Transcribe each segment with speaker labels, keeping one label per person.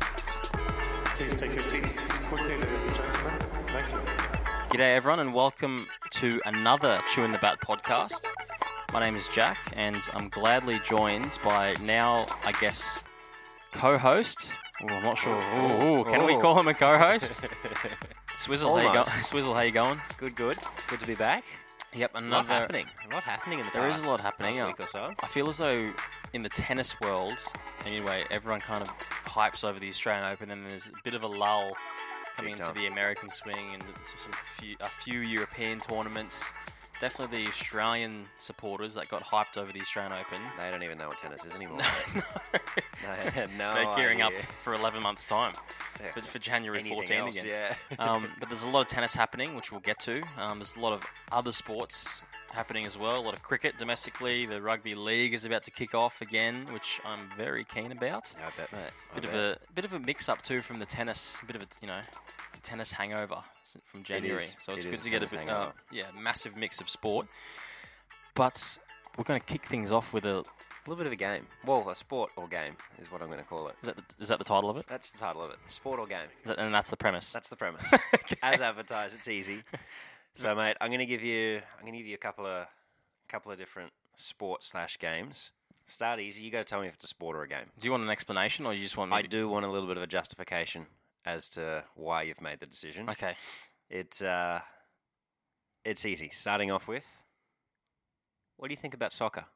Speaker 1: Please take your seats quickly, ladies and gentlemen. Thank you.
Speaker 2: G'day, everyone, and welcome to another Chewing the Bat podcast. My name is Jack, and I'm gladly joined by now, I guess, co host. I'm not sure. Ooh, ooh, can we
Speaker 3: Ooh.
Speaker 2: call him a co host? Swizzle, how you go-
Speaker 3: Almost.
Speaker 2: Swizzle, how you going?
Speaker 3: Good, good. Good to be back.
Speaker 2: Yep,
Speaker 3: A
Speaker 2: another.
Speaker 3: lot happening. A lot happening in the
Speaker 2: There is a
Speaker 3: past-
Speaker 2: lot happening,
Speaker 3: past
Speaker 2: yeah.
Speaker 3: week or so.
Speaker 2: I feel as though in the tennis world, anyway, everyone kind of hypes over the Australian Open, and there's a bit of a lull coming
Speaker 3: Big
Speaker 2: into
Speaker 3: time.
Speaker 2: the American swing and some, some few, a few European tournaments. Definitely the Australian supporters that got hyped over the Australian Open.
Speaker 3: They don't even know what tennis is anymore. They
Speaker 2: They're
Speaker 3: had no
Speaker 2: gearing up
Speaker 3: idea.
Speaker 2: for 11 months' time
Speaker 3: Yeah.
Speaker 2: for, for January
Speaker 3: Anything
Speaker 2: 14
Speaker 3: else,
Speaker 2: again.
Speaker 3: Yeah.
Speaker 2: um, but there's a lot of tennis happening, which we'll get to. Um, there's a lot of other sports happening as well. A lot of cricket domestically. The rugby league is about to kick off again, which I'm very keen about. Uh,
Speaker 3: I bet, mate. I
Speaker 2: Bit of
Speaker 3: bet.
Speaker 2: a bit of a mix up too from the tennis. A bit of a you know tennis hangover s- from January.
Speaker 3: is.
Speaker 2: So it's
Speaker 3: It
Speaker 2: good
Speaker 3: is
Speaker 2: to
Speaker 3: a
Speaker 2: get a
Speaker 3: tennis
Speaker 2: bit uh,
Speaker 3: hangover.
Speaker 2: yeah massive mix of sport. But we're going to kick things off with a
Speaker 3: little bit of a game. Well, a sport or game is what I'm going to call it.
Speaker 2: is that the, is that the title of it?
Speaker 3: That's the title of it. Sport or game.
Speaker 2: Is that- and that's the premise.
Speaker 3: That's the premise. As advertised, it's easy. So, mate, I'm going to give you. I'm going to give you a couple of, couple of different sports slash games. Start easy. You got to tell me if it's a sport or a game.
Speaker 2: do you want an explanation or you just want me
Speaker 3: I
Speaker 2: to?
Speaker 3: do want a little bit of a justification as to why you've made the decision.
Speaker 2: Okay.
Speaker 3: It's uh, it's easy. Starting off with, what do you think about soccer,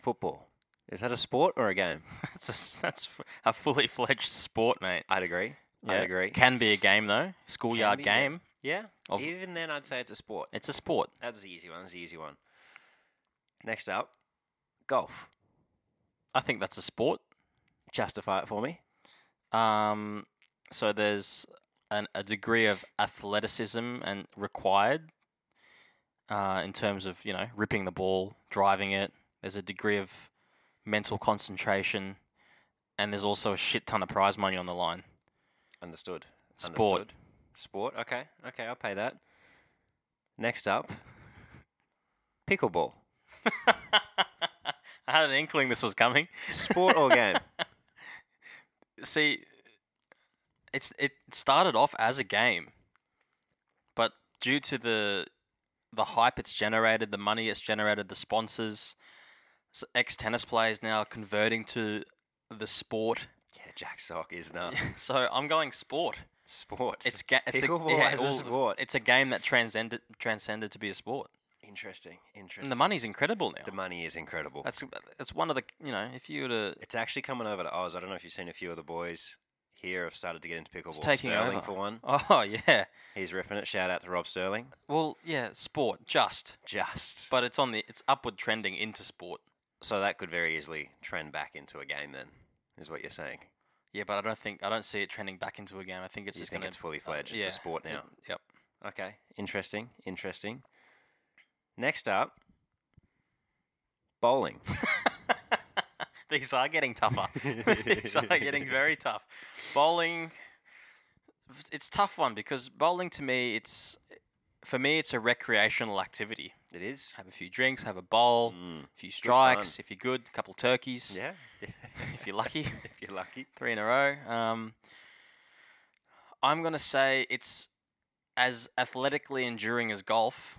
Speaker 3: football? Is that a sport or a game?
Speaker 2: That's a, s- that's f- a fully fledged sport, mate.
Speaker 3: I'd agree.
Speaker 2: Yeah.
Speaker 3: I'd agree.
Speaker 2: Can be a game though. Schoolyard
Speaker 3: be, yeah.
Speaker 2: game.
Speaker 3: yeah.
Speaker 2: Of-
Speaker 3: Even then, I'd say it's a sport.
Speaker 2: It's a sport.
Speaker 3: That's the easy one. That's the easy one. Next up, golf.
Speaker 2: I think that's a sport.
Speaker 3: Justify it for me.
Speaker 2: Um, so there's an, a degree of athleticism and required uh, in terms of you know ripping the ball, driving it. There's a degree of mental concentration, and there's also a shit ton of prize money on the line.
Speaker 3: Understood.
Speaker 2: Sport.
Speaker 3: Understood. Sport. Okay. Okay. I'll pay that. Next up, pickleball.
Speaker 2: I had an inkling this was coming.
Speaker 3: Sport or game?
Speaker 2: see it's it started off as a game but due to the the hype it's generated the money it's generated the sponsors ex tennis players now converting to the sport
Speaker 3: Yeah, Jack Sock is not
Speaker 2: so i'm going sport
Speaker 3: sport.
Speaker 2: it's ga- it's a,
Speaker 3: Pickleball
Speaker 2: yeah,
Speaker 3: as a
Speaker 2: all-
Speaker 3: sport.
Speaker 2: it's a game that transcended transcended to be a sport
Speaker 3: interesting. Interesting.
Speaker 2: and the money's incredible now
Speaker 3: The money is incredible.
Speaker 2: that's that's one of the you know if you were to
Speaker 3: it's actually coming over to Oz. I don't know if you've seen a few of the boys here have started to get into pickleball.
Speaker 2: it's taking
Speaker 3: Sterling
Speaker 2: over
Speaker 3: for one.
Speaker 2: oh yeah
Speaker 3: He's ripping it. Shout out to Rob Sterling.
Speaker 2: well yeah sport just
Speaker 3: Just.
Speaker 2: But it's on the it's upward trending into sport.
Speaker 3: so that could very easily trend back into a game then, is what you're saying.
Speaker 2: Yeah, but I don't think I don't see it trending back into a game. I think it's
Speaker 3: You
Speaker 2: just uh,
Speaker 3: think
Speaker 2: going
Speaker 3: it's fully fledged. It's a sport now.
Speaker 2: Yep.
Speaker 3: Okay. Interesting. Interesting. Next up, bowling.
Speaker 2: These are getting tougher. These are getting very tough. Bowling it's a tough one because bowling to me it's for me it's a recreational activity.
Speaker 3: It is.
Speaker 2: Have a few drinks, have a bowl,
Speaker 3: Mm.
Speaker 2: a few strikes,
Speaker 3: fun.
Speaker 2: if you're good, a couple turkeys,
Speaker 3: Yeah.
Speaker 2: if you're lucky.
Speaker 3: if you're lucky.
Speaker 2: three in a row. Um, I'm gonna say it's as athletically enduring as golf,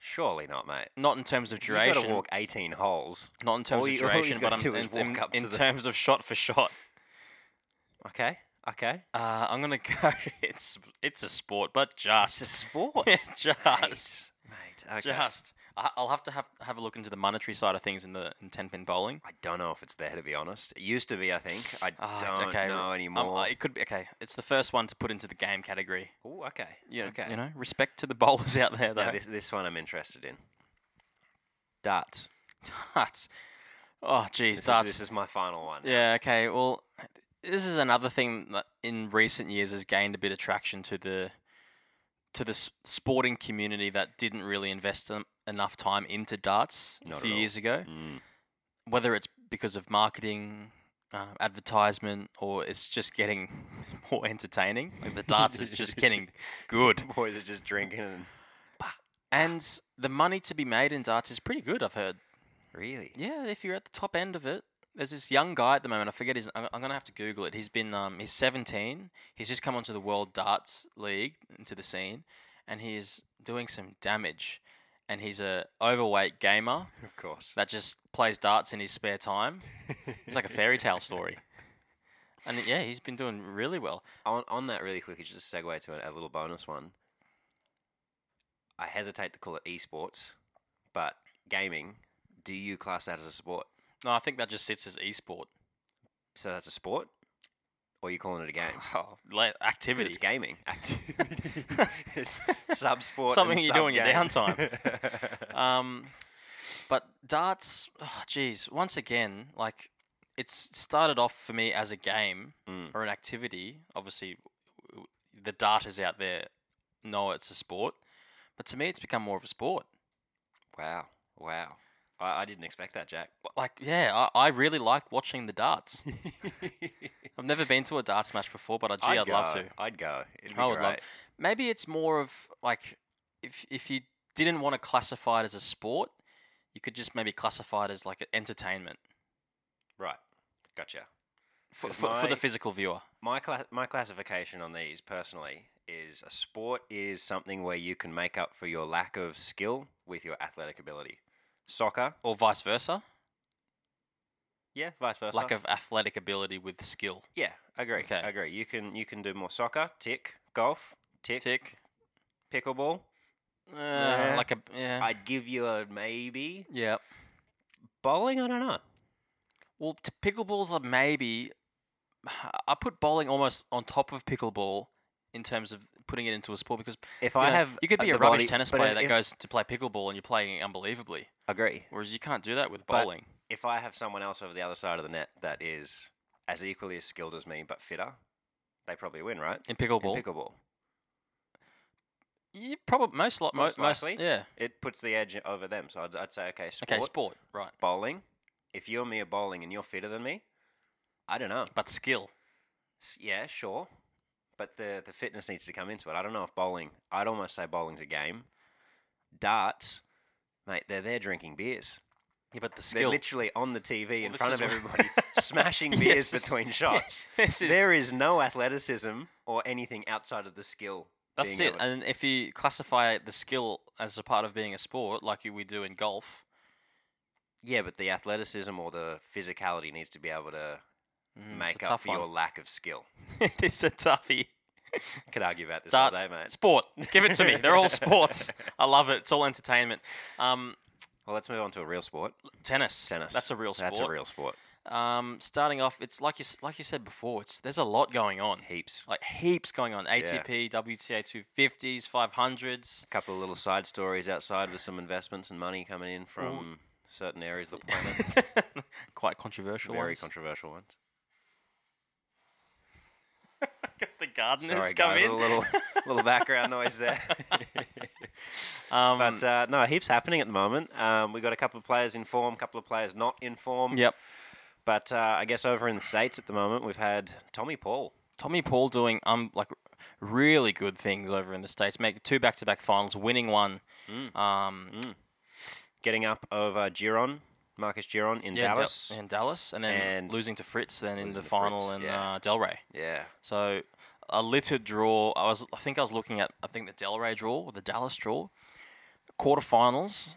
Speaker 3: Surely not, mate.
Speaker 2: not in terms of
Speaker 3: You've got
Speaker 2: duration,
Speaker 3: to walk 18 holes.
Speaker 2: not in terms
Speaker 3: all
Speaker 2: of
Speaker 3: you- all you
Speaker 2: duration, but
Speaker 3: gotta
Speaker 2: I'm,
Speaker 3: do is
Speaker 2: in, in,
Speaker 3: walk up
Speaker 2: in
Speaker 3: to the-
Speaker 2: terms of shot for shot.
Speaker 3: Okay. Okay.
Speaker 2: Uh, I'm gonna go. It's it's a sport, but
Speaker 3: It's
Speaker 2: just
Speaker 3: a sport.
Speaker 2: just
Speaker 3: Mate. Okay.
Speaker 2: just. I- I'll have to have have a look into the monetary side of things in the in ten pin bowling.
Speaker 3: I don't know if it's there, to be honest. It used to be, I think. I
Speaker 2: Ah,
Speaker 3: don't
Speaker 2: okay.
Speaker 3: know
Speaker 2: um,
Speaker 3: anymore.
Speaker 2: it could be okay. It's the first one to put into the game category.
Speaker 3: oh, okay.
Speaker 2: You know,
Speaker 3: okay.
Speaker 2: You know, respect to the bowlers out there, though.
Speaker 3: Now, this, this one I'm interested in. Darts.
Speaker 2: Darts. Oh, geez,
Speaker 3: This,
Speaker 2: darts.
Speaker 3: Is, this is my final one.
Speaker 2: yeah, okay. Well, this is another thing that in recent years has gained a bit of traction to the to the s- sporting community that didn't really invest em- enough time into darts
Speaker 3: Not
Speaker 2: a
Speaker 3: at
Speaker 2: few
Speaker 3: all.
Speaker 2: years ago.
Speaker 3: Mm.
Speaker 2: Whether it's because of marketing, uh, advertisement, or it's just getting more entertaining. Like the darts is just getting good.
Speaker 3: Boys are just drinking and
Speaker 2: And the money to be made in darts is pretty good, I've heard.
Speaker 3: Really?
Speaker 2: Yeah, if you're at the top end of it, there's this young guy at the moment. I forget his. I'm, I'm gonna have to Google it. He's been. Um, he's 17. He's just come onto the World Darts League into the scene, and he is doing some damage. And he's a overweight gamer
Speaker 3: Of course.
Speaker 2: that just plays darts in his spare time. It's like a fairy tale story. And yeah, he's been doing really well.
Speaker 3: on, on that really quick, it's just a segue to a, a little bonus one. I hesitate to call it esports, but gaming, do you class that as a sport?
Speaker 2: No, I think that just sits as esport.
Speaker 3: So that's a sport? Or are you calling it a game?
Speaker 2: Oh, la-
Speaker 3: Because
Speaker 2: activity.
Speaker 3: it's gaming. Activity. it's sub sport.
Speaker 2: Something you do in your downtime. Um, but darts, oh, geez, once again, like it's started off for me as a game
Speaker 3: Mm.
Speaker 2: or an activity. Obviously, w- w- the darters out there know it's a sport, but to me, it's become more of a sport.
Speaker 3: wow. Wow. I, I didn't expect that, Jack.
Speaker 2: But, Like, yeah, I, I really like watching the darts. I've never been to a darts match before, but I, gee, I'd, love
Speaker 3: go.
Speaker 2: to.
Speaker 3: I'd go. It'd be
Speaker 2: I would love.
Speaker 3: great.
Speaker 2: Maybe it's more of like if if you didn't want to classify it as a sport, you could just maybe classify it as like a- entertainment
Speaker 3: Right. Gotcha.
Speaker 2: for,
Speaker 3: 'Cause
Speaker 2: for, for
Speaker 3: my-
Speaker 2: the physical viewer.
Speaker 3: My cla- my classification on these personally is a sport is something where you can make up for your lack of skill with your athletic ability. Soccer,
Speaker 2: or vice versa,
Speaker 3: yeah, vice versa.
Speaker 2: lack of athletic ability with skill.
Speaker 3: yeah, agree.
Speaker 2: Okay.
Speaker 3: Agree. You can you can do more soccer, tick, golf, tick,
Speaker 2: Tick.
Speaker 3: pickleball.
Speaker 2: Uh,
Speaker 3: Yeah.
Speaker 2: Like a yeah.
Speaker 3: I'd give you a maybe.
Speaker 2: yeah.
Speaker 3: Bowling, I don't know.
Speaker 2: Well, t- pickleball's a maybe. I put bowling almost on top of pickleball in terms of putting it into a sport because
Speaker 3: If
Speaker 2: you,
Speaker 3: I
Speaker 2: know,
Speaker 3: have
Speaker 2: you could be
Speaker 3: the
Speaker 2: a rubbish
Speaker 3: body-
Speaker 2: tennis
Speaker 3: but
Speaker 2: player that
Speaker 3: if-
Speaker 2: goes to play pickleball and you're playing unbelievably,
Speaker 3: Agree.
Speaker 2: whereas you can't do that with
Speaker 3: But-
Speaker 2: bowling.
Speaker 3: If I have someone else over the other side of the net that is as equally as skilled as me but fitter, they probably win, right?
Speaker 2: In
Speaker 3: In
Speaker 2: pickleball,
Speaker 3: pickleball.
Speaker 2: you probably most li- mo-
Speaker 3: Most
Speaker 2: most,
Speaker 3: likely.
Speaker 2: yeah.
Speaker 3: It puts the edge over them. So I'd, I'd say, okay, sport,
Speaker 2: Okay, sport, right?
Speaker 3: bowling. If you and me are bowling and you're fitter than me, I don't know.
Speaker 2: But skill.
Speaker 3: S- Yeah, sure. But the, the fitness needs to come into it. I don't know if bowling, I'd almost say bowling's a game. Darts, mate, they're there drinking beers.
Speaker 2: Yeah, but the
Speaker 3: They're
Speaker 2: skill.
Speaker 3: literally on the TV in
Speaker 2: this
Speaker 3: front
Speaker 2: is
Speaker 3: of
Speaker 2: where-
Speaker 3: everybody, smashing beers
Speaker 2: Yes, this-
Speaker 3: between shots.
Speaker 2: This is,
Speaker 3: There is no athleticism or anything outside of the skill.
Speaker 2: That's
Speaker 3: being
Speaker 2: it.
Speaker 3: able-
Speaker 2: And if you classify the skill as a part of being a sport, like you- we do in golf,
Speaker 3: yeah, but the athleticism or the physicality needs to be able to
Speaker 2: mm,
Speaker 3: make
Speaker 2: it's a
Speaker 3: up
Speaker 2: tough
Speaker 3: for your
Speaker 2: one.
Speaker 3: lack of skill.
Speaker 2: it is a toughie.
Speaker 3: Could argue about this
Speaker 2: Darts,
Speaker 3: all day, mate.
Speaker 2: sport. Give it to me. They're all sports. I love it. It's all entertainment. Um,
Speaker 3: Well, let's move on to a real sport.
Speaker 2: tennis.
Speaker 3: Tennis.
Speaker 2: That's a real sport.
Speaker 3: That's a real sport.
Speaker 2: Um, starting off, it's like you s- like you said before. It's there's a lot going on.
Speaker 3: Heaps.
Speaker 2: Like heaps going on. ATP, WTA 250s, 500s.
Speaker 3: A couple of little side stories outside with some investments and money coming in from certain areas of the planet.
Speaker 2: Quite controversial
Speaker 3: Very
Speaker 2: ones.
Speaker 3: controversial ones.
Speaker 2: the gardeners
Speaker 3: Sorry,
Speaker 2: come
Speaker 3: guys,
Speaker 2: in.
Speaker 3: a little little background noise there.
Speaker 2: Um,
Speaker 3: but uh, no, heaps happening at the moment. Um, we got a couple of players in form, a couple of players not in form.
Speaker 2: yep.
Speaker 3: But uh, I guess over in the states at the moment, we've had Tommy Paul.
Speaker 2: Tommy Paul doing um like really good things over in the states. Make two back to back finals, winning one. Um,
Speaker 3: getting up over Giron, Marcus Giron in
Speaker 2: yeah, Dal-
Speaker 3: Dallas.
Speaker 2: in Dallas, and then
Speaker 3: And
Speaker 2: losing to Fritz, then in the
Speaker 3: to
Speaker 2: final
Speaker 3: Fritz,
Speaker 2: in
Speaker 3: yeah.
Speaker 2: uh, Delray.
Speaker 3: yeah.
Speaker 2: So a littered draw. I was I think I was looking at I think the Delray draw or the Dallas draw. Quarterfinals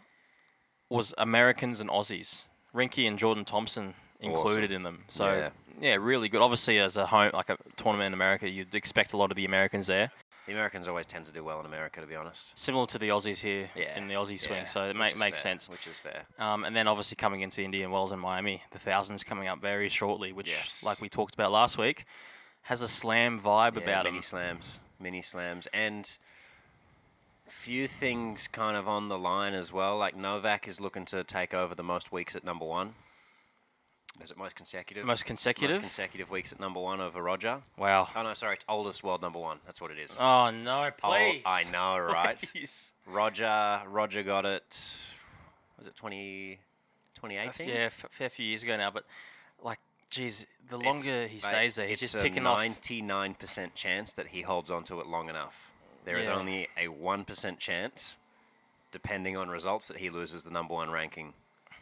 Speaker 2: was Americans and Aussies. Rinky and Jordan Thompson included in them. So
Speaker 3: Yeah.
Speaker 2: yeah. really good. Obviously as a home like a tournament in America, you'd expect a lot of the Americans there.
Speaker 3: The Americans always tend to do well in America, to be honest.
Speaker 2: Similar to the Aussies here in the Aussie swing,
Speaker 3: yeah,
Speaker 2: so it
Speaker 3: which
Speaker 2: make,
Speaker 3: is
Speaker 2: makes
Speaker 3: fair,
Speaker 2: sense.
Speaker 3: Which is fair.
Speaker 2: Um, and then obviously coming into Indian Wells and Miami, the thousands coming up very shortly, which,
Speaker 3: Yes.
Speaker 2: like we talked about last week, has a slam vibe
Speaker 3: Yeah,
Speaker 2: about
Speaker 3: mini
Speaker 2: it.
Speaker 3: slams, mini slams, and few things kind of on the line as well. Like Novak is looking to take over the most weeks at number one. Is it most consecutive?
Speaker 2: Most consecutive.
Speaker 3: Most consecutive weeks at number one over Roger.
Speaker 2: wow.
Speaker 3: Oh no, sorry, it's oldest world number one. That's what it is.
Speaker 2: Oh no,
Speaker 3: Old-
Speaker 2: please.
Speaker 3: I know, right?
Speaker 2: Please.
Speaker 3: Roger, Roger got it. Was it 20,
Speaker 2: That's-
Speaker 3: 2018?
Speaker 2: Yeah, f- fair few years ago now, but like, geez, the
Speaker 3: It's-
Speaker 2: longer he
Speaker 3: mate,
Speaker 2: stays there, he's
Speaker 3: it's
Speaker 2: just
Speaker 3: a
Speaker 2: ticking off.
Speaker 3: 99% chance that he holds on to it long enough. There is
Speaker 2: Yeah.
Speaker 3: only a 1% chance depending on results, that he loses the number one ranking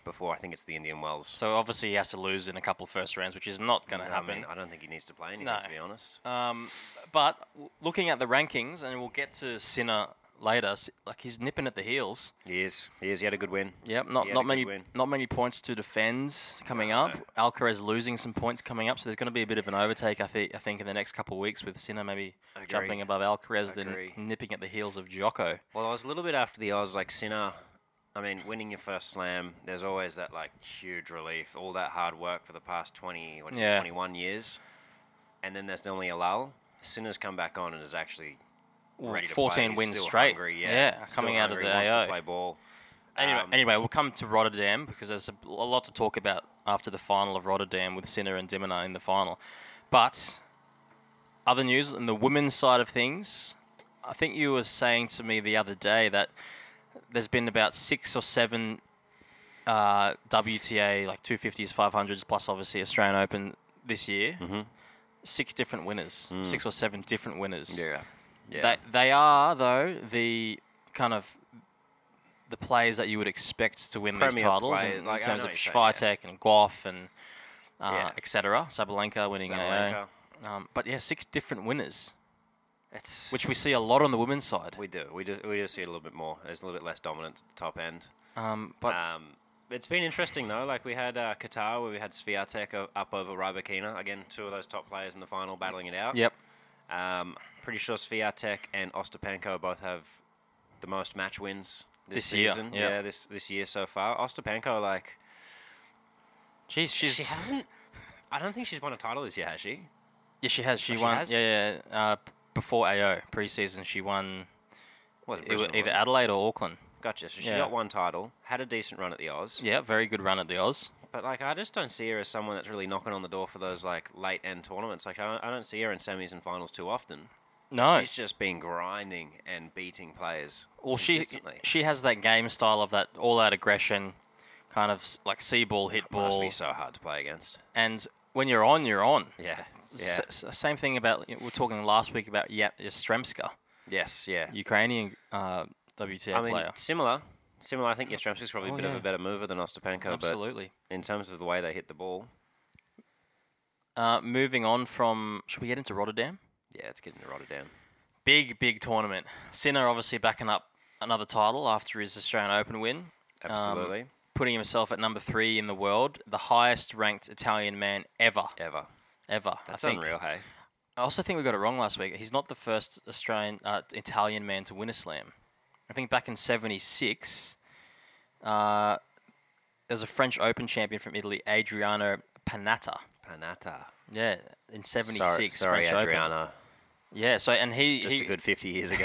Speaker 3: before I think it's the Indian Wells.
Speaker 2: So obviously he has to lose in a couple of first rounds, which is not going to
Speaker 3: I mean,
Speaker 2: happen.
Speaker 3: I don't think he needs to play anything,
Speaker 2: No.
Speaker 3: to be honest.
Speaker 2: Um, but w- looking at the rankings, and we'll get to Sinner later. s- Like he's nipping at the heels.
Speaker 3: He is. He is. He had a good win.
Speaker 2: Yep, not
Speaker 3: He had a
Speaker 2: not
Speaker 3: good
Speaker 2: many
Speaker 3: win.
Speaker 2: not many points to defend coming
Speaker 3: No.
Speaker 2: up. Alcaraz losing some points coming up, so there's going to be a bit of an overtake. I think I think in the next couple of weeks with Sinner maybe jumping
Speaker 3: Agree.
Speaker 2: above Alcaraz,
Speaker 3: Agree.
Speaker 2: then nipping at the heels of Jocko.
Speaker 3: Well, I was a little bit after the Oz, like Sinner. I mean, winning your first slam, there's always that like huge relief, all that hard work for the past 20, what is
Speaker 2: Yeah.
Speaker 3: it, 21 years, and then there's normally a lull. Sinner's come back on and is actually ready to play.
Speaker 2: 14
Speaker 3: He's
Speaker 2: wins
Speaker 3: still
Speaker 2: straight.
Speaker 3: hungry, yeah,
Speaker 2: Yeah,
Speaker 3: still
Speaker 2: coming out of
Speaker 3: hungry,
Speaker 2: the
Speaker 3: wants
Speaker 2: AO.
Speaker 3: to play ball.
Speaker 2: Anyway,
Speaker 3: Um,
Speaker 2: anyway, we'll come to Rotterdam because there's a, a lot to talk about after the final of Rotterdam with Sinner and Demina in the final. But other news on the women's side of things, I think you were saying to me the other day that there's been about six or seven uh, WTA like 250s, 500s, plus obviously Australian Open this year.
Speaker 3: Mm-hmm.
Speaker 2: Six different winners, six or seven different winners.
Speaker 3: Mm. yeah, yeah,
Speaker 2: They, they are though the kind of the players that you would expect to win these
Speaker 3: Premier
Speaker 2: titles
Speaker 3: player-
Speaker 2: in,
Speaker 3: like,
Speaker 2: in
Speaker 3: I
Speaker 2: terms
Speaker 3: know
Speaker 2: of
Speaker 3: what you're saying,
Speaker 2: Swiatek and Goff and uh,
Speaker 3: Yeah.
Speaker 2: etc. Sabalenka winning
Speaker 3: Sabalenka.
Speaker 2: AO. Um, but yeah, six different winners,
Speaker 3: It's
Speaker 2: which we see a lot on the women's side.
Speaker 3: we do. We do. We do see it a little bit more. There's a little bit less dominance at the top end.
Speaker 2: Um, but
Speaker 3: Um, it's been interesting though. Like we had uh, Qatar, where we had Sviatek o- up over Rybakina. Again, two of those top players in the final battling it out.
Speaker 2: yep,
Speaker 3: Um, pretty sure Sviatek and Ostapenko both have the most match wins this,
Speaker 2: This year,
Speaker 3: season.
Speaker 2: yeah.
Speaker 3: Yeah, this this year so far. Ostapenko, like
Speaker 2: she's she's
Speaker 3: she hasn't. I don't think she's won a title this year, has she?
Speaker 2: yeah she has she
Speaker 3: she
Speaker 2: won
Speaker 3: has?
Speaker 2: yeah yeah uh, p- before AO preseason she won
Speaker 3: Was it
Speaker 2: it was
Speaker 3: Brisbane,
Speaker 2: either
Speaker 3: wasn't it?
Speaker 2: Adelaide or Auckland.
Speaker 3: Gotcha. So she
Speaker 2: Yeah.
Speaker 3: got one title, had a decent run at the Oz.
Speaker 2: Yeah, very good run at the Oz.
Speaker 3: But like, I just don't see her as someone that's really knocking on the door for those like late end tournaments. Like, I don't, I don't see her in semis and finals too often.
Speaker 2: No,
Speaker 3: She's just been grinding and beating players.
Speaker 2: Well, she
Speaker 3: consistently.
Speaker 2: she has that game style of that all out aggression, kind of s- like sea ball, hit
Speaker 3: must
Speaker 2: ball,
Speaker 3: be so hard to play against.
Speaker 2: and when you're on, you're on.
Speaker 3: Yeah. Yeah.
Speaker 2: S- s- same thing about you know, we were talking last week about Yap Yastremska,
Speaker 3: yes. Yeah.
Speaker 2: Ukrainian uh, WTA
Speaker 3: I mean,
Speaker 2: player.
Speaker 3: similar. Similar. I think Yastremski's probably
Speaker 2: Oh,
Speaker 3: a bit of
Speaker 2: yeah.
Speaker 3: a better mover than Ostapenko,
Speaker 2: Absolutely.
Speaker 3: but in terms of the way they hit the ball,
Speaker 2: Uh, moving on from, should we get into Rotterdam?
Speaker 3: yeah, it's getting to Rotterdam.
Speaker 2: Big big tournament. Sinner obviously backing up another title after his Australian Open win. um,
Speaker 3: Absolutely.
Speaker 2: Putting himself at number three in the world, the highest ranked Italian man ever,
Speaker 3: Ever.
Speaker 2: ever.
Speaker 3: That's
Speaker 2: I think
Speaker 3: unreal. Hey.
Speaker 2: I also think we got it wrong last week. He's not the first Australian uh, Italian man to win a slam. I think back in '76, uh, there's a French Open champion from Italy, Adriano Panatta.
Speaker 3: Panata.
Speaker 2: Yeah, in '76,
Speaker 3: Sorry, sorry
Speaker 2: French
Speaker 3: Adriana.
Speaker 2: Open. Yeah, so and he
Speaker 3: Just
Speaker 2: he,
Speaker 3: a good 50 years ago.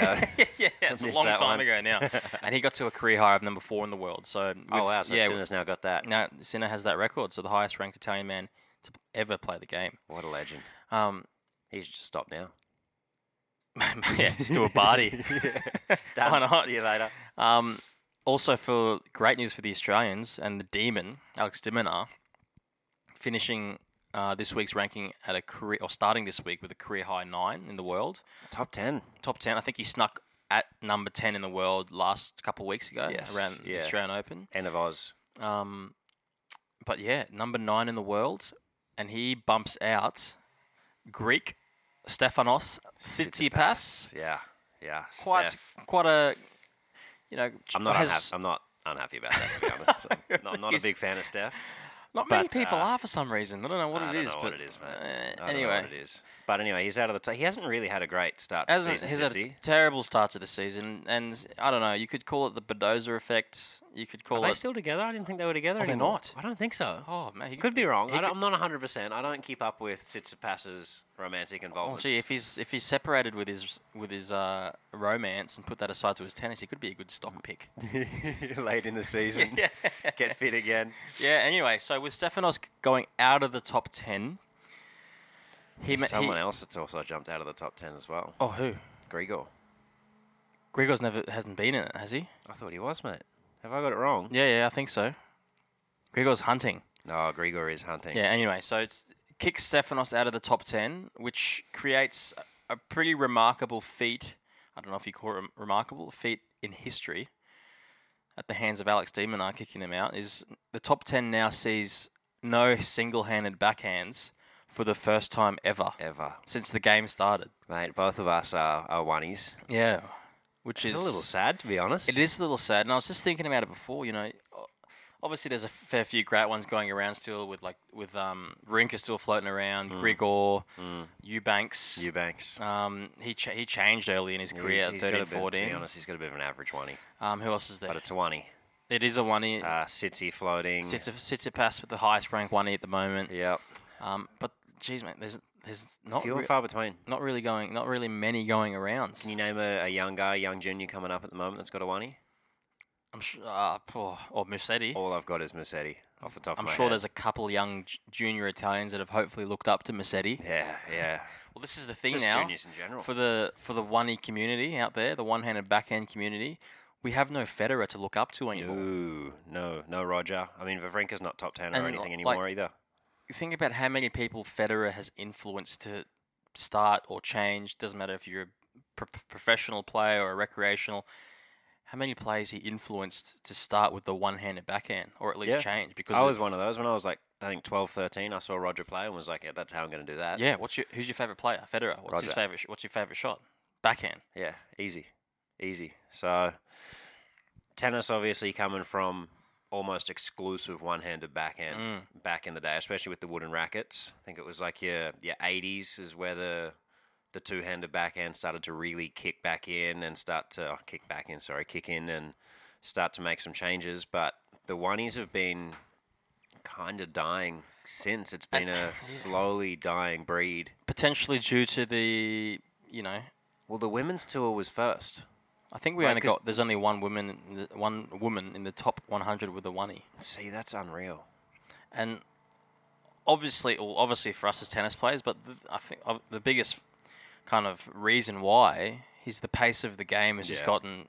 Speaker 2: yeah, it's a
Speaker 3: missed
Speaker 2: long
Speaker 3: that
Speaker 2: time
Speaker 3: one.
Speaker 2: ago now, and he got to a career high of number four in the world. So
Speaker 3: oh,
Speaker 2: with-
Speaker 3: wow. So
Speaker 2: yeah,
Speaker 3: Sinner's now got that.
Speaker 2: now Sinner has that record, so the highest ranked Italian man to ever play the game.
Speaker 3: What a legend.
Speaker 2: Um,
Speaker 3: He should just stop now.
Speaker 2: yeah, just do a party. Why not?
Speaker 3: See you later.
Speaker 2: Um, also, for great news for the Australians and the demon Alex Diminar, finishing uh, this week's ranking at a career or starting this week with a career high nine in the world,
Speaker 3: Top 10.
Speaker 2: top ten. I think he snuck at number ten in the world last couple of weeks ago
Speaker 3: Yes,
Speaker 2: around the
Speaker 3: yeah.
Speaker 2: Australian Open.
Speaker 3: End of Oz.
Speaker 2: Um, but yeah, number nine in the world, and he bumps out Greek Stefanos Tsitsipas.
Speaker 3: Yeah, yeah.
Speaker 2: Quite
Speaker 3: Steph.
Speaker 2: quite a you know
Speaker 3: I'm not.
Speaker 2: has-
Speaker 3: Unhappy, I'm not unhappy about that. To be honest, I'm not, I'm not a
Speaker 2: He's-
Speaker 3: big fan of Steph.
Speaker 2: Not many
Speaker 3: But,
Speaker 2: people
Speaker 3: uh,
Speaker 2: are for some reason. I don't know what
Speaker 3: I
Speaker 2: it
Speaker 3: don't
Speaker 2: is,
Speaker 3: know
Speaker 2: but
Speaker 3: what it is, mate.
Speaker 2: uh,
Speaker 3: I don't know
Speaker 2: anyway,
Speaker 3: what it is. But anyway, he's out of the. T- he hasn't really had a great start. to the
Speaker 2: Hasn't,
Speaker 3: season,
Speaker 2: he's had a
Speaker 3: has he?
Speaker 2: t- terrible start to the season, and I don't know. You could call it the Bedoza effect. You could call
Speaker 3: Are they
Speaker 2: it.
Speaker 3: still together? I didn't think they were together.
Speaker 2: they're
Speaker 3: anymore.
Speaker 2: not?
Speaker 3: I don't think so.
Speaker 2: oh man, he
Speaker 3: Could be wrong.
Speaker 2: he
Speaker 3: I don't,
Speaker 2: could-
Speaker 3: I'm not 100. percent I don't keep up with Tsitsipas's romantic
Speaker 2: oh
Speaker 3: involvements.
Speaker 2: gee, if he's if he's separated with his with his uh, romance and put that aside to his tennis, he could be a good stock pick.
Speaker 3: late in the season, get fit again.
Speaker 2: yeah. Anyway, so with Stefanos going out of the top ten, he ma-
Speaker 3: Someone
Speaker 2: he,
Speaker 3: else that's also jumped out of the top 10 as well.
Speaker 2: Oh, who?
Speaker 3: Grigor.
Speaker 2: Grigor's never hasn't been in it, has he?
Speaker 3: I thought he was, mate. Have I got it wrong?
Speaker 2: Yeah, yeah, I think so. Grigor's hunting.
Speaker 3: No, Grigor is hunting.
Speaker 2: Yeah, anyway, so it's kicks Stefanos out of the top 10, which creates a a pretty remarkable feat. I don't know if you call it rem- remarkable, feat in history. at the hands of Alex Demonar kicking him out is the top 10 now sees no single handed backhands for the first time ever
Speaker 3: Ever.
Speaker 2: since the game started.
Speaker 3: Mate, both of us are, are oneies.
Speaker 2: Yeah. Which
Speaker 3: It's
Speaker 2: is
Speaker 3: a little sad, to be honest.
Speaker 2: It is a little sad. And I was just thinking about it before, you know. o- Obviously, there's a fair few great ones going around still with like with um, Rinker still floating around,
Speaker 3: Mm.
Speaker 2: Grigor, Eubanks.
Speaker 3: Eubanks.
Speaker 2: Um, he ch- he changed early in his career
Speaker 3: He's-
Speaker 2: at
Speaker 3: he's got
Speaker 2: 13,
Speaker 3: a bit- Uh, To
Speaker 2: 14.
Speaker 3: be honest, he's got a bit of an average oney,
Speaker 2: Um, who else is there?
Speaker 3: but it's a oney.
Speaker 2: it is a one e.
Speaker 3: Uh, Sitsi floating.
Speaker 2: Sits sits pass with the highest rank one e at the moment.
Speaker 3: Yep.
Speaker 2: Um, but geez, mate, there's there's not
Speaker 3: Few and
Speaker 2: Oh, re-
Speaker 3: far between.
Speaker 2: not really going, not really many going around.
Speaker 3: Can you name a, a young guy, young junior coming up at the moment that's got a oney?
Speaker 2: I'm sure, uh, poor, or Musetti.
Speaker 3: All I've got is Mercedes off the top
Speaker 2: I'm
Speaker 3: of Oh, my
Speaker 2: sure
Speaker 3: head.
Speaker 2: there's a couple young j- junior Italians that have hopefully looked up to Musetti.
Speaker 3: Yeah, yeah.
Speaker 2: Well, this is the thing
Speaker 3: Just
Speaker 2: now
Speaker 3: juniors in general.
Speaker 2: for the for the one e community out there, the one-handed backhand community. We have no Federer to look up to anymore.
Speaker 3: Ooh, no, no Roger. I mean, Vavrinka's not top 10
Speaker 2: And,
Speaker 3: or anything
Speaker 2: like,
Speaker 3: anymore either.
Speaker 2: think about how many people Federer has influenced to start or change. Doesn't matter if you're a pro- professional player or a recreational. How many players he influenced to start with the one-handed backhand, or at least
Speaker 3: Yeah.
Speaker 2: change? Because
Speaker 3: I was
Speaker 2: of-
Speaker 3: one of those when I was like, I think 12, 13, I saw Roger play and was like, yeah, that's how I'm going to do that.
Speaker 2: Yeah. What's your who's your favorite player? Federer. What's his
Speaker 3: Roger.
Speaker 2: favorite? What's your favorite shot? Backhand.
Speaker 3: Yeah, easy, easy. So tennis obviously coming from almost exclusive one-handed backhand back in the day, especially with the wooden rackets. I think it was like your your 80s is where the the two-handed backhand started to really kick back in and start to oh, kick back in, sorry, kick in and start to make some changes, but the oneies have been kind of dying since it's been a slowly dying breed.
Speaker 2: Potentially due to the you know,
Speaker 3: Well, the women's tour was first.
Speaker 2: I think we
Speaker 3: Like,
Speaker 2: only
Speaker 3: 'cause-
Speaker 2: got there's only one woman in the, one woman in the top 100 with a one e.
Speaker 3: See, that's unreal.
Speaker 2: and obviously, well, obviously for us as tennis players, but th I think of- the biggest kind of reason why is the pace of the game has just
Speaker 3: Yeah.
Speaker 2: gotten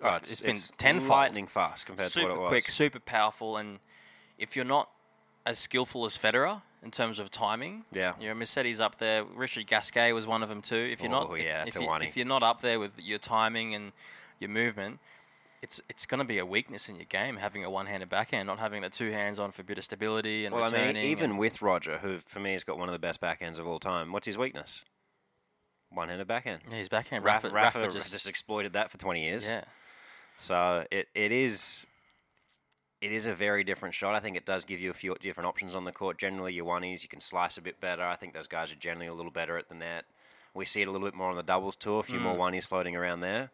Speaker 3: Oh,
Speaker 2: it's been tenfold.
Speaker 3: lightning fast compared
Speaker 2: super
Speaker 3: to what it was.
Speaker 2: quick, super powerful, and if you're not as skillful as Federer in terms of timing,
Speaker 3: Yeah.
Speaker 2: you know, Mercedes up there. Richard Gasquet was one of them too. If you're not,
Speaker 3: Oh,
Speaker 2: if,
Speaker 3: yeah,
Speaker 2: if,
Speaker 3: that's a
Speaker 2: you,
Speaker 3: oneie.
Speaker 2: if you're not up there with your timing and your movement. It's, it's going to be a weakness in your game having a one-handed backhand, not having the two hands on for a bit of stability and
Speaker 3: Well, I
Speaker 2: returning.
Speaker 3: mean,
Speaker 2: and-
Speaker 3: even with Roger, who for me has got one of the best backhands of all time, what's his weakness? One-handed backhand.
Speaker 2: Yeah, he's backhand.
Speaker 3: Rafa,
Speaker 2: Rafa, Rafa,
Speaker 3: just,
Speaker 2: just,
Speaker 3: exploited that for 20 years.
Speaker 2: yeah.
Speaker 3: So it, it is it is a very different shot. I think it does give you a few different options on the court. Generally, your oneies you can slice a bit better. I think those guys are generally a little better at the net. We see it a little bit more on the doubles tour. A few
Speaker 2: Hmm.
Speaker 3: more oneies floating around there.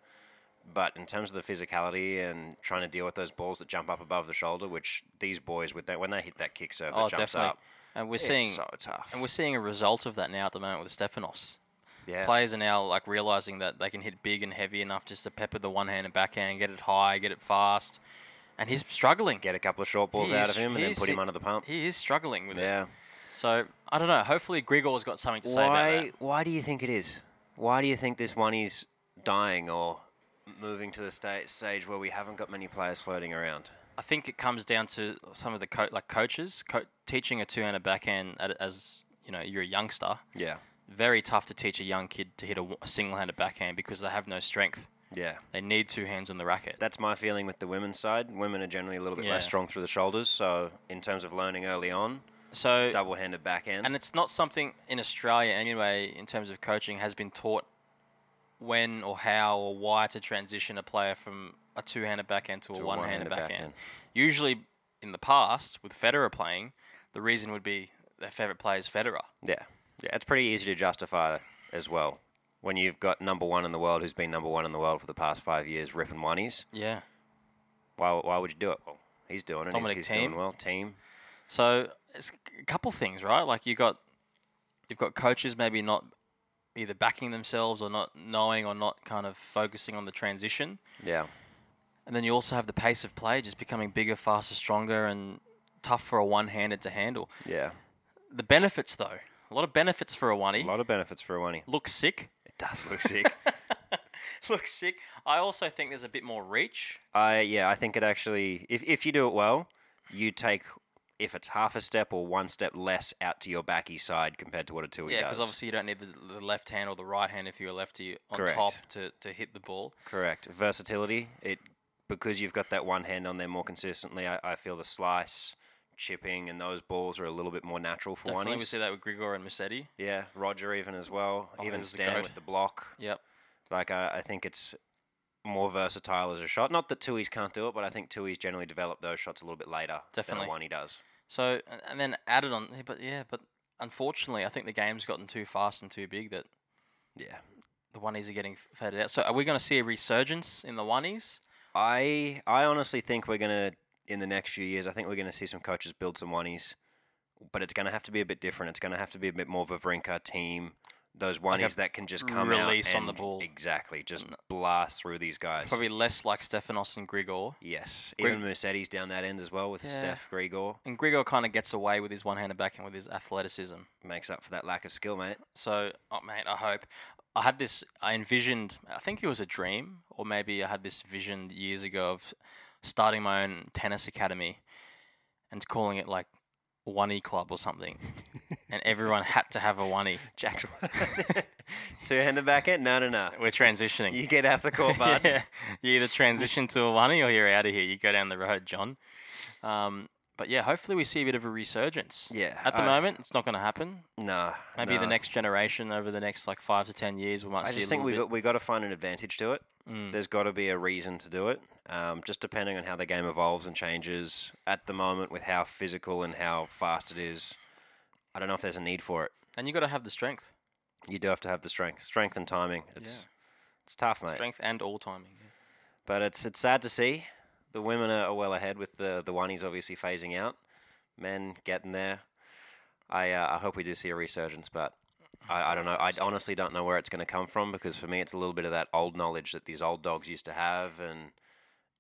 Speaker 3: But in terms of the physicality and trying to deal with those balls that jump up above the shoulder, which these boys with that when they hit that kick serve
Speaker 2: Oh,
Speaker 3: that jumps
Speaker 2: definitely.
Speaker 3: up,
Speaker 2: And we're
Speaker 3: it's
Speaker 2: seeing
Speaker 3: so tough.
Speaker 2: and we're seeing a result of that now at the moment with Stefanos.
Speaker 3: yeah,
Speaker 2: Players are now like realizing that they can hit big and heavy enough just to pepper the one hand and backhand, get it high, get it fast. And he's struggling.
Speaker 3: get a couple of short balls
Speaker 2: He
Speaker 3: out
Speaker 2: is-
Speaker 3: of him and
Speaker 2: he
Speaker 3: then
Speaker 2: is
Speaker 3: put him
Speaker 2: sit-
Speaker 3: under the pump.
Speaker 2: He is struggling with it.
Speaker 3: Yeah.
Speaker 2: So I don't know. Hopefully Grigor's got something to say about
Speaker 3: Why?
Speaker 2: that.
Speaker 3: Why do you think it is? Why do you think this one is dying or moving to the sta- stage where we haven't got many players floating around?
Speaker 2: I think it comes down to some of the co- like coaches co- teaching a two-handed backhand at, as you know you're a youngster.
Speaker 3: Yeah,
Speaker 2: Very tough to teach a young kid to hit a, w- a single-handed backhand because they have no strength.
Speaker 3: yeah.
Speaker 2: They need two hands on the racket.
Speaker 3: That's my feeling with the women's side. Women are generally a little bit
Speaker 2: Yeah.
Speaker 3: less strong through the shoulders, so in terms of learning early on,
Speaker 2: So
Speaker 3: double-handed backhand.
Speaker 2: and it's not something in Australia anyway, in terms of coaching, has been taught when or how or why to transition a player from a two-handed backhand to, a one-handed,
Speaker 3: one-handed
Speaker 2: backhand.
Speaker 3: backhand.
Speaker 2: Usually, in the past, with Federer playing, the reason would be their favorite player is Federer.
Speaker 3: yeah, yeah. It's pretty easy to justify as well when you've got number one in the world who's been number one in the world for the past five years, ripping oneies.
Speaker 2: Yeah.
Speaker 3: Why? Why would you do it? Well, he's doing it.
Speaker 2: Dominic
Speaker 3: he's, he's
Speaker 2: Thiem.
Speaker 3: doing well. Team.
Speaker 2: So it's a couple things, right? Like you got you've got coaches maybe not either backing themselves or not knowing or not kind of focusing on the transition.
Speaker 3: Yeah.
Speaker 2: And then you also have the pace of play just becoming bigger, faster, stronger, and tough for a one-hander to handle.
Speaker 3: Yeah.
Speaker 2: The benefits, though, a lot of benefits for a
Speaker 3: A
Speaker 2: oney.
Speaker 3: lot of benefits for a oney.
Speaker 2: Looks sick.
Speaker 3: It does look sick.
Speaker 2: Looks sick. I also think there's a bit more reach.
Speaker 3: I yeah, I think it actually if if you do it well, you take if it's half a step or one step less out to your backy side compared to what a two
Speaker 2: Yeah,
Speaker 3: does.
Speaker 2: because obviously you don't need the, the left hand or the right hand if you're a lefty on
Speaker 3: Correct.
Speaker 2: top to, to hit the ball.
Speaker 3: correct versatility. It because you've got that one hand on there more consistently, I, I feel the slice, chipping, and those balls are a little bit more natural for
Speaker 2: Definitely, we
Speaker 3: one.
Speaker 2: see that with Grigor and Musetti.
Speaker 3: Yeah, Roger even as well.
Speaker 2: Oh, he
Speaker 3: even
Speaker 2: was the
Speaker 3: Stan
Speaker 2: goat.
Speaker 3: with the block.
Speaker 2: Yep.
Speaker 3: Like I, I think it's more versatile as a shot. Not that Tui's can't do it, but I think Tui's generally developed those shots a little bit later
Speaker 2: Definitely.
Speaker 3: than a one he does.
Speaker 2: So a- and then added on, yeah, but yeah, but unfortunately, I think the game's gotten too fast and too big that
Speaker 3: Yeah.
Speaker 2: the oneies are getting f- faded out. So are we going to see a resurgence in the oneies?
Speaker 3: I I honestly think we're gonna in the next few years. I think we're gonna see some coaches build some oneies, but it's gonna have to be a bit different. It's gonna have to be a bit more of a Vrinka team. Those oneies
Speaker 2: a
Speaker 3: that can just come out
Speaker 2: release on the
Speaker 3: and-
Speaker 2: ball.
Speaker 3: Exactly, just blast through these guys.
Speaker 2: Probably less like Stefanos and Grigor.
Speaker 3: Yes,
Speaker 2: Grig-
Speaker 3: even Mercedes down that end as well with
Speaker 2: Yeah.
Speaker 3: Steph Grigor
Speaker 2: And Grigor kind of gets away with his one-handed backhand with his athleticism.
Speaker 3: makes up for that lack of skill, mate.
Speaker 2: So, oh, mate, I hope. I had this, I envisioned, I think it was a dream, or maybe I had this vision years ago of starting my own tennis academy and calling it like One E Club or something. and everyone had to have a One E.
Speaker 3: Jack's two-handed backhand. No, no, no.
Speaker 2: We're transitioning.
Speaker 3: You get half the court, bud.
Speaker 2: yeah. You either transition to a one or you're out of here. You go down the road, John. Um, but yeah, hopefully we see a bit of a resurgence.
Speaker 3: Yeah,
Speaker 2: At the
Speaker 3: I-
Speaker 2: moment, it's not going to happen.
Speaker 3: No,
Speaker 2: Maybe the
Speaker 3: no.
Speaker 2: next generation over the next like five to ten years, we might
Speaker 3: I
Speaker 2: see
Speaker 3: just
Speaker 2: a
Speaker 3: think we
Speaker 2: little Mm.
Speaker 3: got we got to find an advantage to it. There's got to be a reason to do it. Um, just depending on how the game evolves and changes at the moment, with how physical and how fast it is, I don't know if there's a need for it.
Speaker 2: bit. And you got to have the strength,
Speaker 3: You do have to have the strength, strength and timing. It's it's tough, mate.
Speaker 2: strength and all timing.
Speaker 3: But it's it's sad to see. The women are are well ahead with the the one obviously phasing out. Men getting there. I uh, I hope we do see a resurgence, but I, I don't know. I honestly don't know where it's going to come from because for me it's a little bit of that old knowledge that these old dogs used to have, and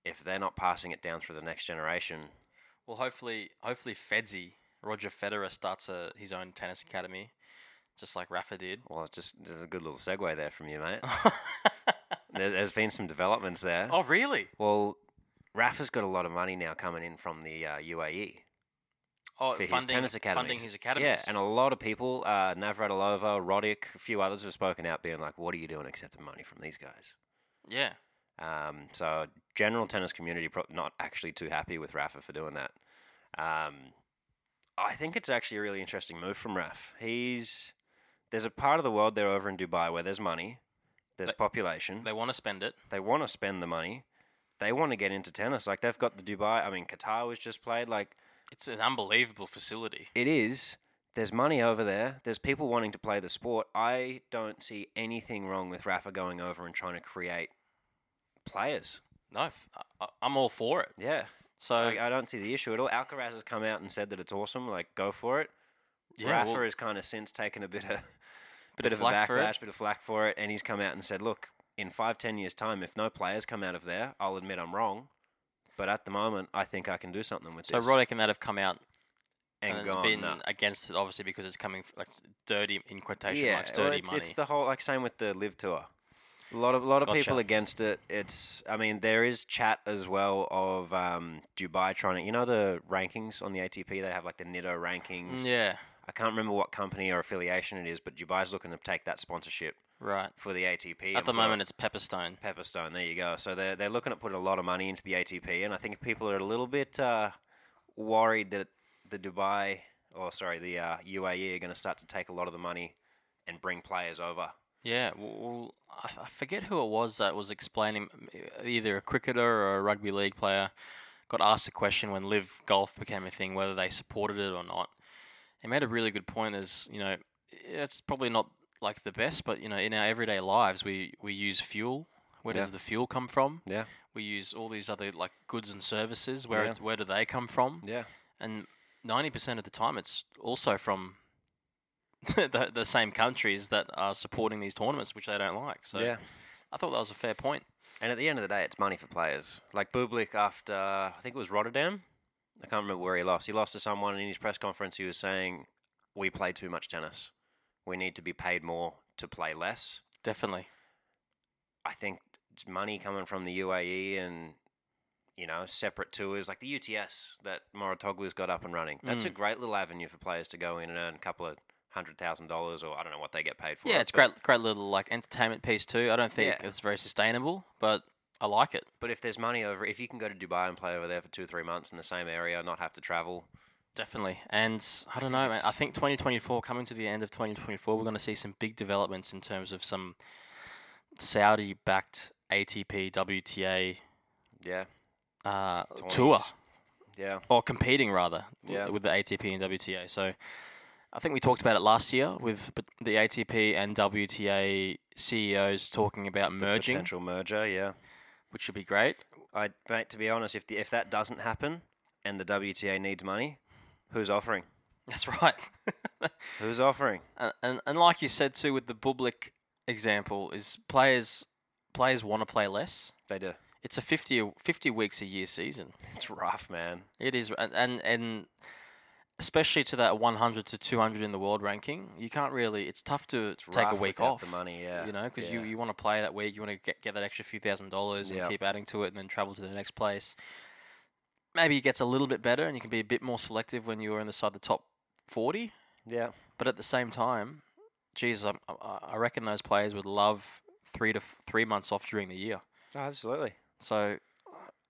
Speaker 3: if they're not passing it down through the next generation,
Speaker 2: Well, hopefully, hopefully Fedzi Roger Federer starts a, his own tennis academy, just like Rafa did.
Speaker 3: well, it's just there's a good little segue there from you, mate. there's, there's been some developments there.
Speaker 2: Oh, really?
Speaker 3: Well, Rafa's got a lot of money now coming in from the uh, UAE.
Speaker 2: Oh,
Speaker 3: for
Speaker 2: funding
Speaker 3: his tennis academies.
Speaker 2: funding his academies.
Speaker 3: Yeah, and a lot of people, uh, Navratilova, Roddick, a few others have spoken out being like, what are you doing accepting money from these guys?
Speaker 2: yeah.
Speaker 3: Um, so general tennis community pro- not actually too happy with Rafa for doing that. Um, I think it's actually a really interesting move from Raf. He's there's a part of the world there over in Dubai where there's money, there's
Speaker 2: They-
Speaker 3: population.
Speaker 2: They want to spend it.
Speaker 3: They want to spend the money. They want to get into tennis. Like they've got the Dubai. I mean, Qatar was just played. Like
Speaker 2: It's an unbelievable facility.
Speaker 3: it is. There's money over there. There's people wanting to play the sport. I don't see anything wrong with Rafa going over and trying to create players.
Speaker 2: No, f- I, I- I'm all for it.
Speaker 3: Yeah.
Speaker 2: So
Speaker 3: I, I don't see the issue at all. Alcaraz has come out and said that it's awesome. Like, go for it.
Speaker 2: yeah,
Speaker 3: Rafa
Speaker 2: well,
Speaker 3: has kind of since taken a bit of
Speaker 2: bit,
Speaker 3: bit
Speaker 2: of
Speaker 3: of a
Speaker 2: flack for
Speaker 3: backlash,
Speaker 2: it.
Speaker 3: bit of flack for it, and he's come out and said, "Look, in five, ten years' time, if no players come out of there, I'll admit I'm wrong, but at the moment, I think I can do something with
Speaker 2: So
Speaker 3: this."
Speaker 2: Roddick and that have come out
Speaker 3: and
Speaker 2: and
Speaker 3: gone,
Speaker 2: been
Speaker 3: "Nah."
Speaker 2: against it, obviously, because it's coming f- like s- dirty in quotation
Speaker 3: yeah,
Speaker 2: marks,
Speaker 3: well,
Speaker 2: dirty
Speaker 3: it's,
Speaker 2: money.
Speaker 3: it's the whole like same with the live tour. A lot of a lot of people
Speaker 2: Gotcha.
Speaker 3: against it. It's I mean there is chat as well of um, Dubai trying to you know the rankings on the ATP they have like the Nitto rankings.
Speaker 2: yeah,
Speaker 3: I can't remember what company or affiliation it is, but Dubai's looking to take that sponsorship
Speaker 2: right.
Speaker 3: for the ATP.
Speaker 2: At the moment, it's Pepperstone.
Speaker 3: Pepperstone. There you go. So they're they're looking at putting a lot of money into the ATP, and I think people are a little bit uh, worried that the Dubai or sorry the uh, UAE are going to start to take a lot of the money and bring players over.
Speaker 2: Yeah, well, I I forget who it was that was explaining m- either a cricketer or a rugby league player got asked a question when live golf became a thing whether they supported it or not. He made a really good point as, you know, it's probably not like the best, but you know, in our everyday lives we we use fuel. Where does
Speaker 3: Yeah.
Speaker 2: the fuel come from?
Speaker 3: Yeah,
Speaker 2: We use all these other like goods and services. Where
Speaker 3: Yeah.
Speaker 2: where do they come from?
Speaker 3: yeah,
Speaker 2: and ninety percent of the time, it's also from the, the same countries that are supporting these tournaments, which they don't like. So
Speaker 3: yeah.
Speaker 2: I thought that was a fair point.
Speaker 3: And at the end of the day, it's money for players. Like Bublik after I think it was Rotterdam. I can't remember where he lost. He lost to someone, and in his press conference, he was saying, "We play too much tennis. We need to be paid more to play less."
Speaker 2: Definitely.
Speaker 3: I think it's money coming from the UAE and you know separate tours like the UTS that Moritoglu's got up and running. That's
Speaker 2: Mm.
Speaker 3: a great little avenue for players to go in and earn a couple of hundred thousand dollars, or I don't know what they get paid for.
Speaker 2: Yeah,
Speaker 3: it,
Speaker 2: it's
Speaker 3: but
Speaker 2: great, great little like entertainment piece too. I don't think
Speaker 3: Yeah.
Speaker 2: it's very sustainable, but I like it.
Speaker 3: But if there's money over, if you can go to Dubai and play over there for two or three months in the same area, not have to travel,
Speaker 2: Definitely. And I don't
Speaker 3: think
Speaker 2: know, man. I
Speaker 3: it's-
Speaker 2: think 2024, coming to the end of 2024, we're going to see some big developments in terms of some Saudi backed ATP, WTA
Speaker 3: yeah,
Speaker 2: uh, tour,
Speaker 3: tournaments. yeah,
Speaker 2: or competing rather, w-
Speaker 3: Yeah.
Speaker 2: with the ATP and WTA. So I think we talked about it last year with b- the ATP and WTA CEOs E talking about merging,
Speaker 3: potential merger, yeah.
Speaker 2: which should be great.
Speaker 3: I mate, to be honest, if the, if that doesn't happen and the WTA needs money, who's offering?
Speaker 2: That's right.
Speaker 3: Who's offering?
Speaker 2: and, and, and like you said too, with the Bublik example, is players players want to play less.
Speaker 3: They do.
Speaker 2: It's a 50, a- 50 weeks a year season.
Speaker 3: It's rough, man.
Speaker 2: It is, and, and and especially to that one hundred to two hundred in the world ranking, you can't really. It's tough to take a
Speaker 3: Rough
Speaker 2: week
Speaker 3: without
Speaker 2: off.
Speaker 3: the money, yeah.
Speaker 2: You know, because you,
Speaker 3: yeah.
Speaker 2: you want to play that week, you want to get, get that extra few thousand dollars and
Speaker 3: Yeah.
Speaker 2: keep adding to it, and then travel to the next place. Maybe it gets a little bit better, and you can be a bit more selective when you're inside the top forty.
Speaker 3: yeah,
Speaker 2: But at the same time, geez, I'm- I, I I reckon those players would love three to f- three months off during the year.
Speaker 3: Oh, absolutely.
Speaker 2: So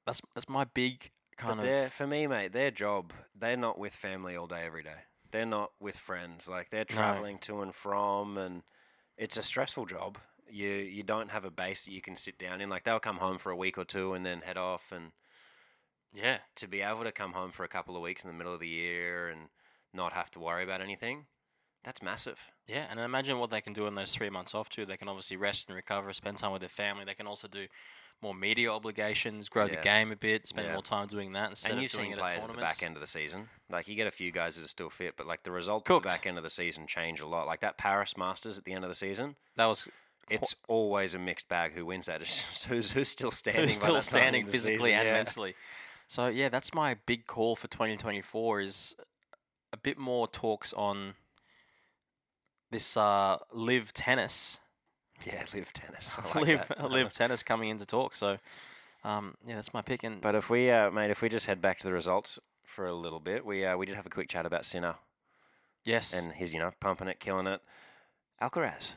Speaker 2: that's that's my big kind of.
Speaker 3: but they're for me, mate. Their job, they're not with family all day every day. They're not with friends. Like they're traveling to and from, and it's a stressful job. You you don't have a base that you can sit down in. Like they'll come home for a week or two and then head off, and
Speaker 2: Yeah.
Speaker 3: to be able to come home for a couple of weeks in the middle of the year and not have to worry about anything, that's massive.
Speaker 2: Yeah, and imagine what they can do in those three months off too. They can obviously rest and recover, spend time with their family. They can also do more media obligations, grow the
Speaker 3: Yeah.
Speaker 2: game a bit, spend
Speaker 3: Yeah.
Speaker 2: more time doing that instead
Speaker 3: and
Speaker 2: of
Speaker 3: you've
Speaker 2: doing
Speaker 3: seen
Speaker 2: it at
Speaker 3: players at the
Speaker 2: tournaments.
Speaker 3: back end of the season. Like you get a few guys that are still fit, but like the results
Speaker 2: Cooked.
Speaker 3: at the back end of the season change a lot. Like that Paris Masters at the end of the season,
Speaker 2: That was
Speaker 3: it's always a mixed bag who wins that. It's just who's who's still standing,
Speaker 2: who's
Speaker 3: by
Speaker 2: still
Speaker 3: that time
Speaker 2: standing
Speaker 3: in the
Speaker 2: physically
Speaker 3: season,
Speaker 2: and
Speaker 3: yeah.
Speaker 2: mentally. So yeah, that's my big call for 2024 is a bit more talks on this uh, live tennis,
Speaker 3: Yeah, live tennis. I like
Speaker 2: live
Speaker 3: that.
Speaker 2: live tennis coming into talk. So um, yeah, that's my pick. And
Speaker 3: But if we, uh, mate, if we just head back to the results for a little bit, we uh, we did have a quick chat about Sinner
Speaker 2: yes,
Speaker 3: and his, you know, pumping it, killing it. Alcaraz,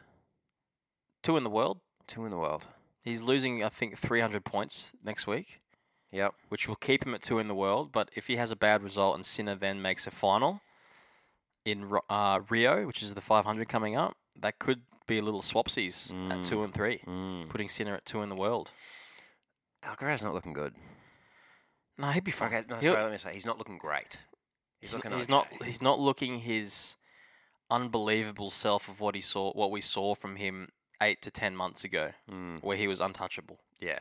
Speaker 2: two in the world.
Speaker 3: two in the world.
Speaker 2: He's losing, I think, 300 points next week,
Speaker 3: Yep.
Speaker 2: which will keep him at two in the world. But if he has a bad result and Sinner then makes a final in Ro- uh, Rio, which is the 500 coming up, that could be a little swapsies at two and three,
Speaker 3: Mm.
Speaker 2: putting Sinner at two in the world.
Speaker 3: Alcaraz not looking good.
Speaker 2: No, he'd be fine.
Speaker 3: Okay, no,
Speaker 2: He'll-
Speaker 3: sorry, let me say he's not looking great. He's,
Speaker 2: he's, n-
Speaker 3: looking.
Speaker 2: he's
Speaker 3: okay.
Speaker 2: not. He's not looking his unbelievable self of what he saw, what we saw from him eight to ten months ago,
Speaker 3: Mm,
Speaker 2: where he was untouchable.
Speaker 3: yeah,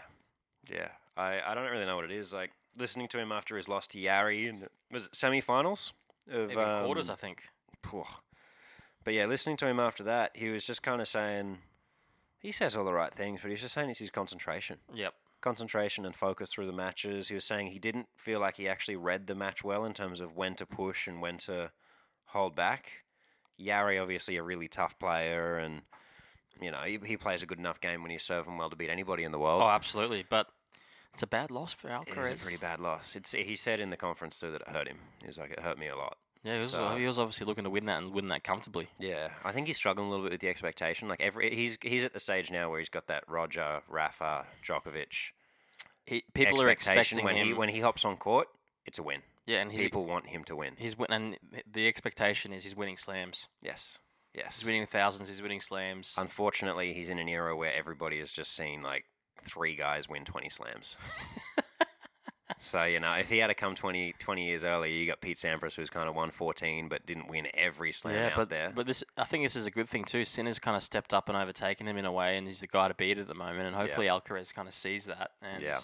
Speaker 3: yeah. I, I don't really know what it is. Like listening to him after his loss to Yari and was it semi-finals of
Speaker 2: Even quarters,
Speaker 3: um,
Speaker 2: I think.
Speaker 3: phew. But yeah, listening to him after that, he was just kind of saying. He says all the right things, but he's just saying it's his concentration.
Speaker 2: Yep.
Speaker 3: concentration and focus through the matches. He was saying he didn't feel like he actually read the match well in terms of when to push and when to hold back. Yari, obviously, a really tough player, and you know he, he plays a good enough game when he's serving well to beat anybody in the world.
Speaker 2: Oh, absolutely. But it's a bad loss for Alcaraz.
Speaker 3: it is a pretty bad loss. It's, he said in the conference too that it hurt him. He was like, it hurt me a lot.
Speaker 2: Yeah, he was,
Speaker 3: So-
Speaker 2: he was obviously looking to win that and win that comfortably.
Speaker 3: Yeah, I think he's struggling a little bit with the expectation. Like every he's he's at the stage now where he's got that Roger, Rafa, Djokovic
Speaker 2: He, people are
Speaker 3: expectation
Speaker 2: expecting
Speaker 3: when
Speaker 2: him.
Speaker 3: he when he hops on court, it's a win.
Speaker 2: yeah, and he's
Speaker 3: People want him to win.
Speaker 2: he's win, and the expectation is he's winning slams.
Speaker 3: Yes. Yes.
Speaker 2: He's winning thousands. He's winning slams.
Speaker 3: Unfortunately, he's in an era where everybody has just seen like three guys win 20 slams. so, you know, if he had to come 20, 20 years earlier, you got Pete Sampras, who's kind of won 14 but didn't win every slam
Speaker 2: yeah,
Speaker 3: out
Speaker 2: but
Speaker 3: there.
Speaker 2: but this I think this is a good thing too. Sinner's kind of stepped up and overtaken him in a way, and he's the guy to beat at the moment. And hopefully Alcaraz kind of sees that and
Speaker 3: Yeah.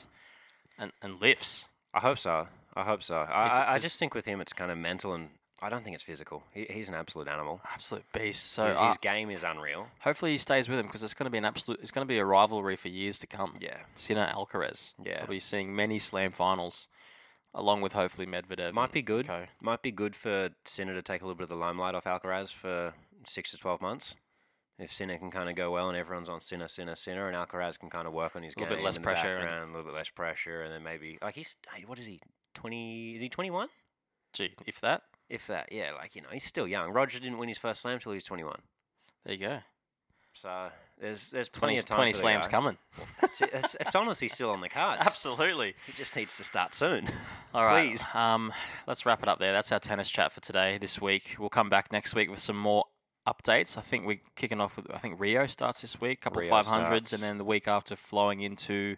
Speaker 2: and and lifts.
Speaker 3: I hope so. I hope so. I,
Speaker 2: It's-
Speaker 3: I, I
Speaker 2: 'cause-
Speaker 3: just think with him, it's kind of mental and I don't think it's physical. He, he's an absolute animal.
Speaker 2: Absolute beast. So
Speaker 3: His,
Speaker 2: uh,
Speaker 3: his game is unreal.
Speaker 2: hopefully he stays with him because it's going to be an absolute. It's going to be a rivalry for years to come.
Speaker 3: Yeah.
Speaker 2: Sinner Alcaraz.
Speaker 3: Yeah.
Speaker 2: We'll be seeing many slam finals, along with hopefully Medvedev.
Speaker 3: Might
Speaker 2: and
Speaker 3: be good.
Speaker 2: Co.
Speaker 3: Might be good for Sinner to take a little bit of the limelight off Alcaraz for six to twelve months. If Sinner can kind of go well and everyone's on Sinner, Sinner, Sinner, and Alcaraz can kind of work on his
Speaker 2: Little bit
Speaker 3: game
Speaker 2: less
Speaker 3: in the
Speaker 2: pressure and-
Speaker 3: background, a little bit less pressure, and then maybe like he's hey, what is he twenty? Is he twenty one?
Speaker 2: Gee, if that,
Speaker 3: If that, yeah, like you know, he's still young. Roger didn't win his first slam till he was twenty one.
Speaker 2: there you go.
Speaker 3: So there's there's plenty
Speaker 2: 20,
Speaker 3: of time.
Speaker 2: 20
Speaker 3: for the
Speaker 2: slams
Speaker 3: guy.
Speaker 2: coming.
Speaker 3: That's it. It's, it's honestly still on the cards.
Speaker 2: Absolutely.
Speaker 3: He just needs to start soon.
Speaker 2: All right.
Speaker 3: Please.
Speaker 2: Um, let's wrap it up there. That's our tennis chat for today. This week, we'll come back next week with some more updates. I think we're kicking off with I think Rio starts this week, couple
Speaker 3: Rio
Speaker 2: five hundreds,
Speaker 3: starts.
Speaker 2: and then the week after flowing into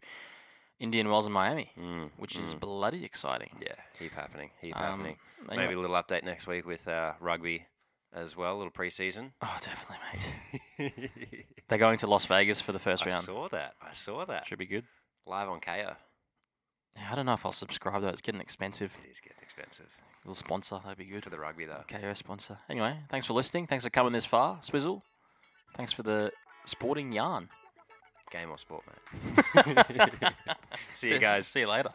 Speaker 2: Indian Wells and Miami,
Speaker 3: Mm,
Speaker 2: which is bloody exciting.
Speaker 3: Yeah, heap happening. Heap
Speaker 2: Um,
Speaker 3: happening.
Speaker 2: anyway-
Speaker 3: Maybe a little update next week with uh, rugby as well, a little preseason.
Speaker 2: Oh, definitely, mate. They're going to Las Vegas for the first
Speaker 3: I
Speaker 2: round.
Speaker 3: saw that. I saw that.
Speaker 2: Should be good.
Speaker 3: Live on KO.
Speaker 2: Yeah, I don't know if I'll subscribe though. It's getting expensive.
Speaker 3: It is getting expensive.
Speaker 2: little sponsor, that'd be good.
Speaker 3: For the rugby, though.
Speaker 2: KO sponsor. Anyway, thanks for listening. Thanks for coming this far, Swizzle. Thanks for the sporting yarn.
Speaker 3: Game or sport, mate.
Speaker 2: See you guys. See you later.